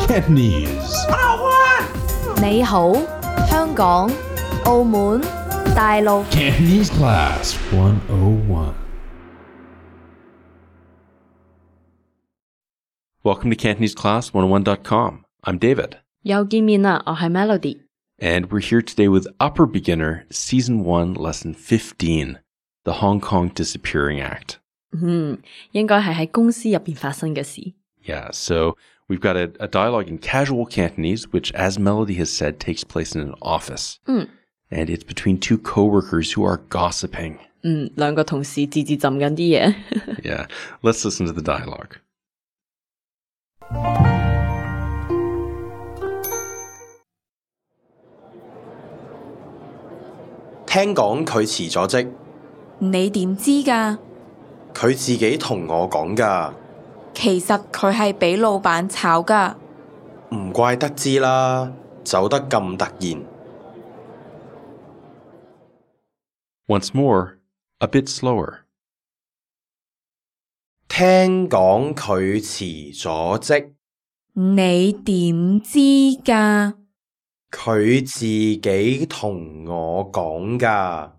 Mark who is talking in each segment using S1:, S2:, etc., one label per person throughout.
S1: Cantonese.
S2: 你好，香港、澳門、大陸。
S1: Cantonese Class 101.
S3: Welcome to CantoneseClass101.com. I'm David,
S4: 又見面啦，我係 Melody。
S3: and we're here today with Upper Beginner Season 1, Lesson 15 The Hong Kong Disappearing Act.
S4: 嗯，應該係喺公司入邊發生嘅事。
S3: Yeah, so we've got a, a dialogue in casual Cantonese, which, as Melody has said, takes place in an office.
S4: Mm.
S3: And it's between two coworkers who are gossiping.
S4: 嗯，兩個同事字字浸緊啲嘢。
S3: yeah, let's listen to the dialogue.
S5: 聽講佢辭咗職，
S6: 你點知噶？
S5: 佢自己同我講㗎，
S6: 其實佢係俾老闆炒噶。
S5: 唔怪得知啦，走得咁突然。
S3: Once more, a bit slower.
S5: 聽講佢辭咗職，
S6: 你點知噶？
S5: 佢自己同我講㗎，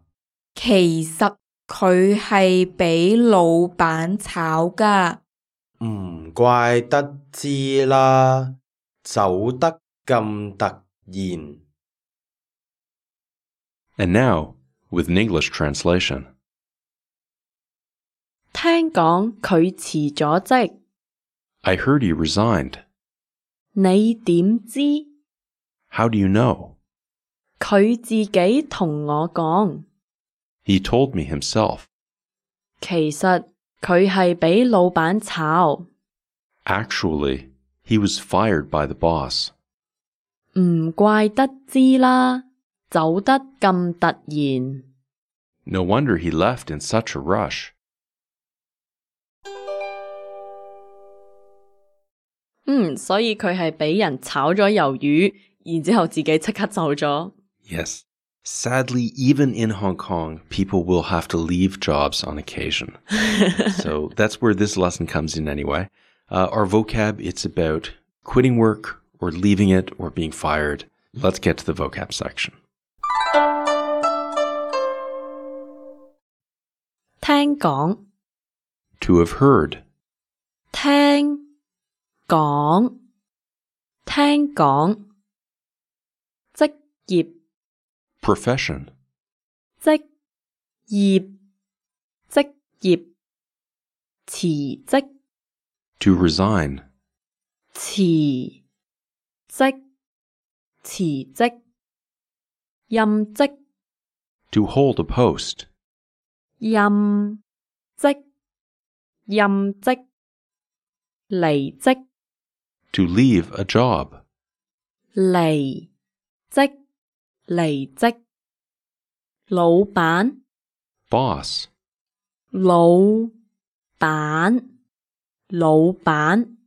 S6: 其實佢係俾老闆炒噶。
S5: 唔怪得知啦，走得咁突然。
S3: And now, with an English translation.
S4: 聽講佢辭咗職，
S3: I heard he resigned.
S4: 你點知？
S3: How do you know?
S4: 佢自己同我講，
S3: He told me himself.
S4: 其實佢係俾老闆炒，
S3: Actually, he was fired by the boss.
S4: 唔怪得知啦，走得咁突然。
S3: No wonder he left in such a rush.
S4: 嗯，所以佢係俾人炒咗魷魚，然之後自己即刻走咗。
S3: Yes. Sadly, even in Hong Kong, people will have to leave jobs on occasion. so that's where this lesson comes in anyway. Uh, our vocab, it's about quitting work or leaving it or being fired. Let's get to the vocab section.
S4: 聽講。
S3: To have heard,
S4: 聽講，聽講，職業，
S3: profession,
S4: 職業，職業，辭職，
S3: to resign,
S4: 辭職，辭職，任職，
S3: to hold a post,
S4: 任職，任職，離職，
S3: to leave a job.
S4: 離職，離職，老闆。
S3: boss,
S4: 老闆，老闆，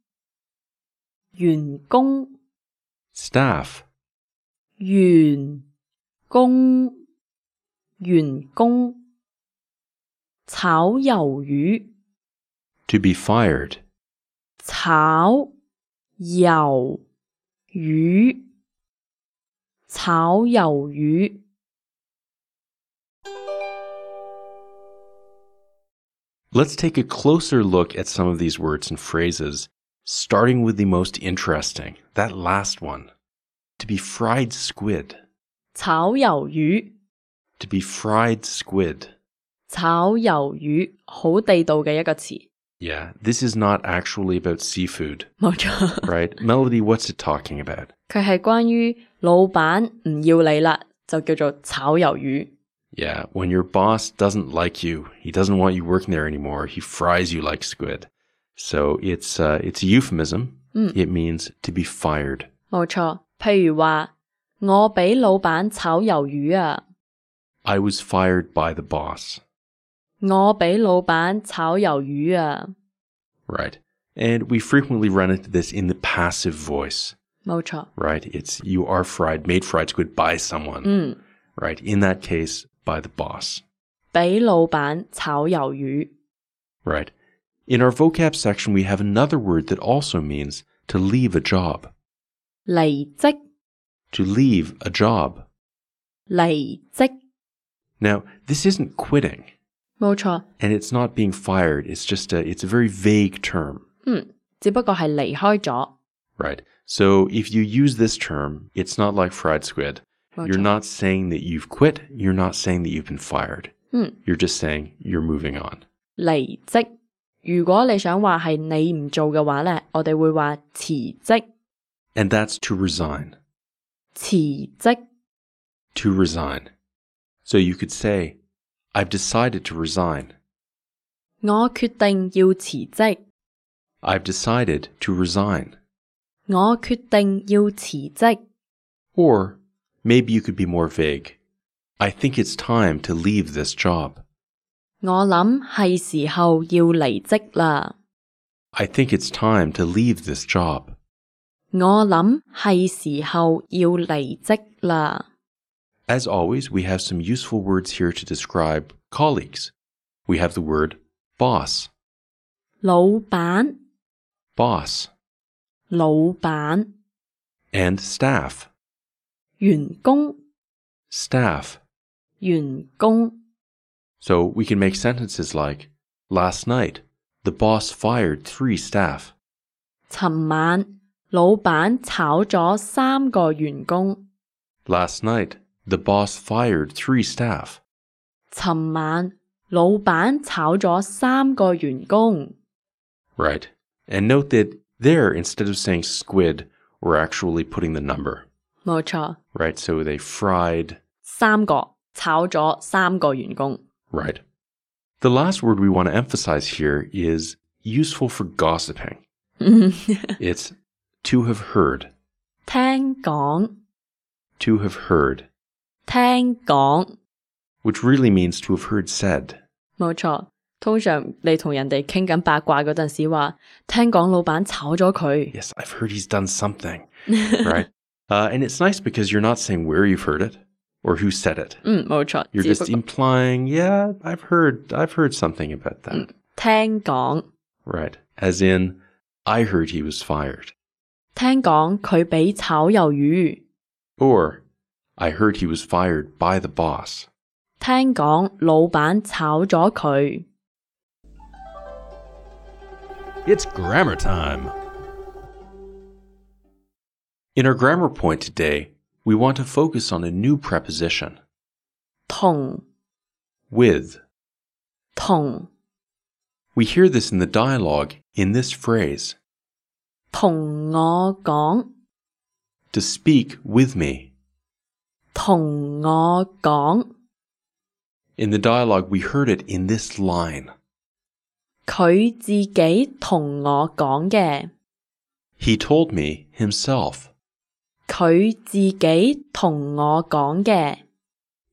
S4: 員工，
S3: staff,
S4: 員工，員工，炒魷魚，
S3: to be fired,
S4: 炒魷魚，炒魷魚，
S3: Let's take a closer look at some of these words and phrases, starting with the most interesting, that last one. To be fried squid.
S4: 炒魷魚，
S3: To be fried squid.
S4: 炒魷魚，好地道嘅一個詞，
S3: Yeah, this is not actually about seafood,
S4: 冇錯。
S3: right? Melody, what's it talking about?
S4: 佢係關於老闆唔要你啦，就叫做炒魷魚。
S3: Yeah, when your boss doesn't like you, he doesn't want you working there anymore, he fries you like squid. So it's, uh, it's a euphemism.
S4: Mm.
S3: It means to be fired.
S4: 冇錯，譬如話我俾老闆炒魷魚啊，
S3: I was fired by the boss.
S4: 我俾老闆炒魷魚啊，
S3: Right. And we frequently run into this in the passive voice,
S4: 冇錯，
S3: right? It's you are fried, made fried squid by someone,
S4: 嗯，
S3: right? In that case, by the boss,
S4: 俾老闆炒魷魚，
S3: right? In our vocab section, we have another word that also means to leave a job.
S4: 離職，
S3: to leave a job.
S4: 離職，
S3: Now, this isn't quitting
S4: 冇錯。
S3: and it's not being fired. It's just a, it's a very vague term,
S4: 嗯，只不過係離開咗，
S3: right? So if you use this term, it's not like fried squid.
S4: 冇
S3: You're
S4: 錯。
S3: not saying that you've quit. You're not saying that you've been fired.
S4: 嗯，
S3: You're just saying you're moving on.
S4: 離職。如果你想話係你唔做嘅話咧，我哋會話辭職，
S3: And that's to resign.
S4: 辭職，
S3: To resign. So you could say, I've decided to resign.
S4: 我決定要辭職，
S3: I've decided to resign.
S4: 我決定要辭職，
S3: Or maybe you could be more vague. I think it's time to leave this job.
S4: 我諗係時候要離職啦，
S3: I think it's time to leave this job.
S4: 我諗係時候要離職啦。
S3: As always, we have some useful words here to describe colleagues. We have the word boss,
S4: 老闆，
S3: boss,
S4: 老闆，
S3: and staff,
S4: 員工，
S3: staff.
S4: 員工。
S3: So we can make sentences like Last night, the boss fired three staff.
S4: 尋晚老闆炒咗三個員工。
S3: Last night, the boss fired three staff.
S4: 尋晚老闆炒咗三個員工。
S3: Right. And note that there, instead of saying squid, we're actually putting the number.
S4: 冇錯，
S3: Right. So they fried.
S4: 三個炒咗三個員工。
S3: Right. The last word we want to emphasize here is useful for gossiping.
S4: 嗯
S3: It's to have heard.
S4: 聽講，
S3: To have heard,
S4: 聽講，
S3: which really means to have heard said.
S4: 冇錯。通常你同人哋傾緊八卦嗰陣時話，聽講老闆炒咗佢。
S3: Yes, I've heard he's done something. right. Uh, and it's nice because you're not saying where you've heard it or who said it.
S4: 嗯，冇錯。
S3: You're
S4: 只
S3: just
S4: 不過
S3: implying, yeah, I've heard, I've heard something about that.
S4: 聽講，
S3: Right. As in, I heard he was fired.
S4: 聽講佢俾炒魷魚。
S3: Or, I heard he was fired by the boss.
S4: 聽講老闆炒咗佢。
S1: It's grammar time.
S3: In our grammar point today, we want to focus on a new preposition
S4: 同
S3: with.
S4: 同
S3: We hear this in the dialogue in this phrase
S4: 同我講，
S3: to speak with me.
S4: 同我講，
S3: In the dialogue, we heard it in this line
S4: 佢自己同我講嘅，
S3: He told me himself.
S4: 佢自己同我講嘅，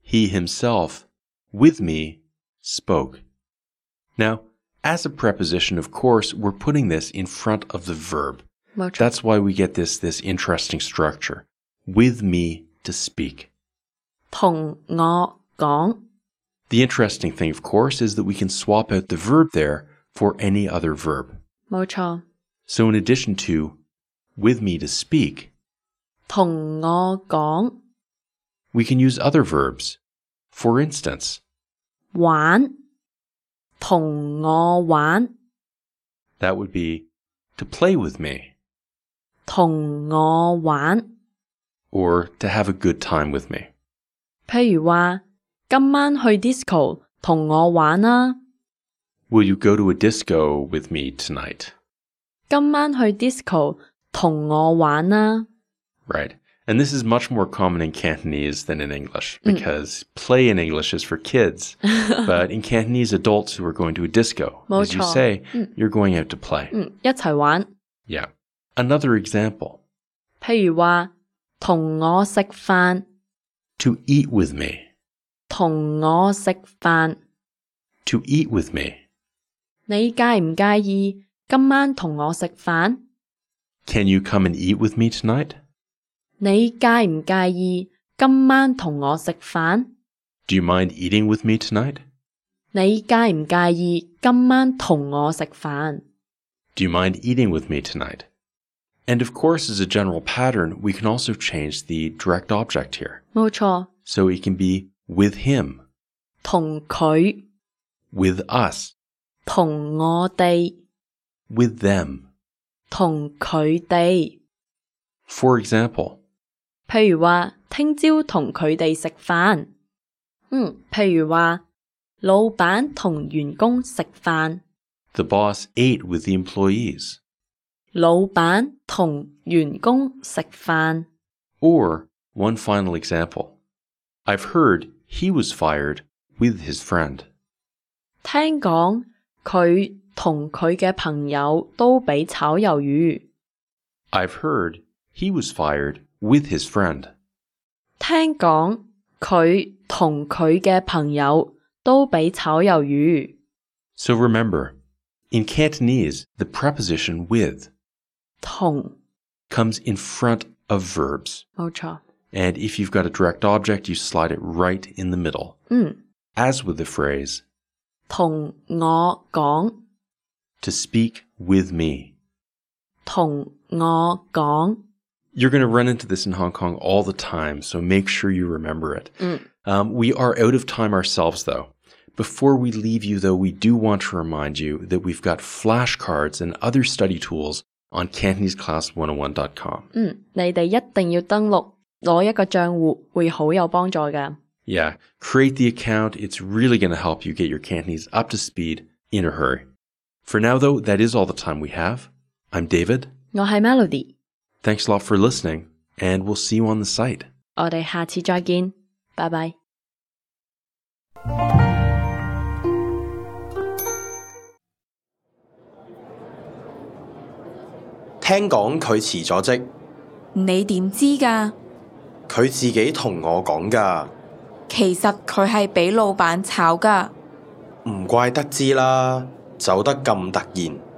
S3: He himself, with me, spoke. Now, as a preposition, of course, we're putting this in front of the verb.
S4: 冇錯
S3: That's why we get this, this interesting structure. With me to speak.
S4: 同我講，
S3: The interesting thing, of course, is that we can swap out the verb there for any other verb.
S4: 冇錯，
S3: So, in addition to with me to speak,
S4: 同我講
S3: we can use other verbs. For instance,
S4: 玩，同我玩，
S3: that would be to play with me
S4: 同我玩。
S3: or to have a good time with me.
S4: 譬如話今晚去 disco 同我玩啦，
S3: Will you go to a disco with me tonight?
S4: 今晚去 disco 同我玩啦，
S3: Right. And this is much more common in Cantonese than in English
S4: Mm.
S3: because play in English is for kids. but in Cantonese, adults who are going to a disco, as you
S4: Mochong.
S3: say,
S4: Mm.
S3: you're going out to play.
S4: 嗯，一齊玩。
S3: Yeah. Another example
S4: 譬如話同我食飯，
S3: to eat with me.
S4: 同我食飯，
S3: To eat with me.
S4: 你介唔介意今晚同我食飯？
S3: Can you come and eat with me tonight?
S4: 你介唔介意今晚同我食飯？
S3: Do you mind eating with me tonight?
S4: 你介唔介意今晚同我食飯？
S3: Do you mind eating with me tonight? And of course, as a general pattern, we can also change the direct object here.
S4: 冇錯，
S3: So it can be with him,
S4: 同佢、
S3: with us,
S4: 同我哋、
S3: with them.
S4: 同佢哋。
S3: For example,
S4: 譬如話，聽朝同佢哋食飯。嗯，譬如話，老闆同員工食飯，
S3: the boss ate with the employees.
S4: 老闆同員工食飯。
S3: Or one final example I've heard he was fired with his friend.
S4: 聽講佢同佢嘅朋友都俾炒魷魚。
S3: I've heard he was fired with his friend.
S4: 聽講佢同佢嘅朋友都俾炒魷魚。
S3: So remember, in Cantonese, the preposition with
S4: 同，
S3: comes in front of verbs.
S4: 冇錯。
S3: And if you've got a direct object, you slide it right in the middle.
S4: 嗯，
S3: As with the phrase,
S4: 同我講，
S3: to speak with me.
S4: 同我講。
S3: You're going to run into this in Hong Kong all the time, so make sure you remember it.
S4: 嗯，
S3: Um, we are out of time ourselves, though. Before we leave you, though, we do want to remind you that we've got flashcards and other study tools on CantoneseClass101.com.
S4: 嗯，你哋一定要登錄攞一個賬戶，會好有幫助㗎。
S3: Yeah, create the account. It's really going to help you get your Cantonese up to speed in a hurry. For now, though, that is all the time we have. I'm David.
S4: 我係 Melody，
S3: Thanks a lot for listening, and we'll see you on the site.
S4: 我哋下次再見，拜拜。
S5: 聽講佢辭咗職，
S6: 你點知噶？
S5: 佢自己同我講㗎，
S6: 其實佢係俾老闆炒噶。
S5: 唔怪得知啦，走得咁突然。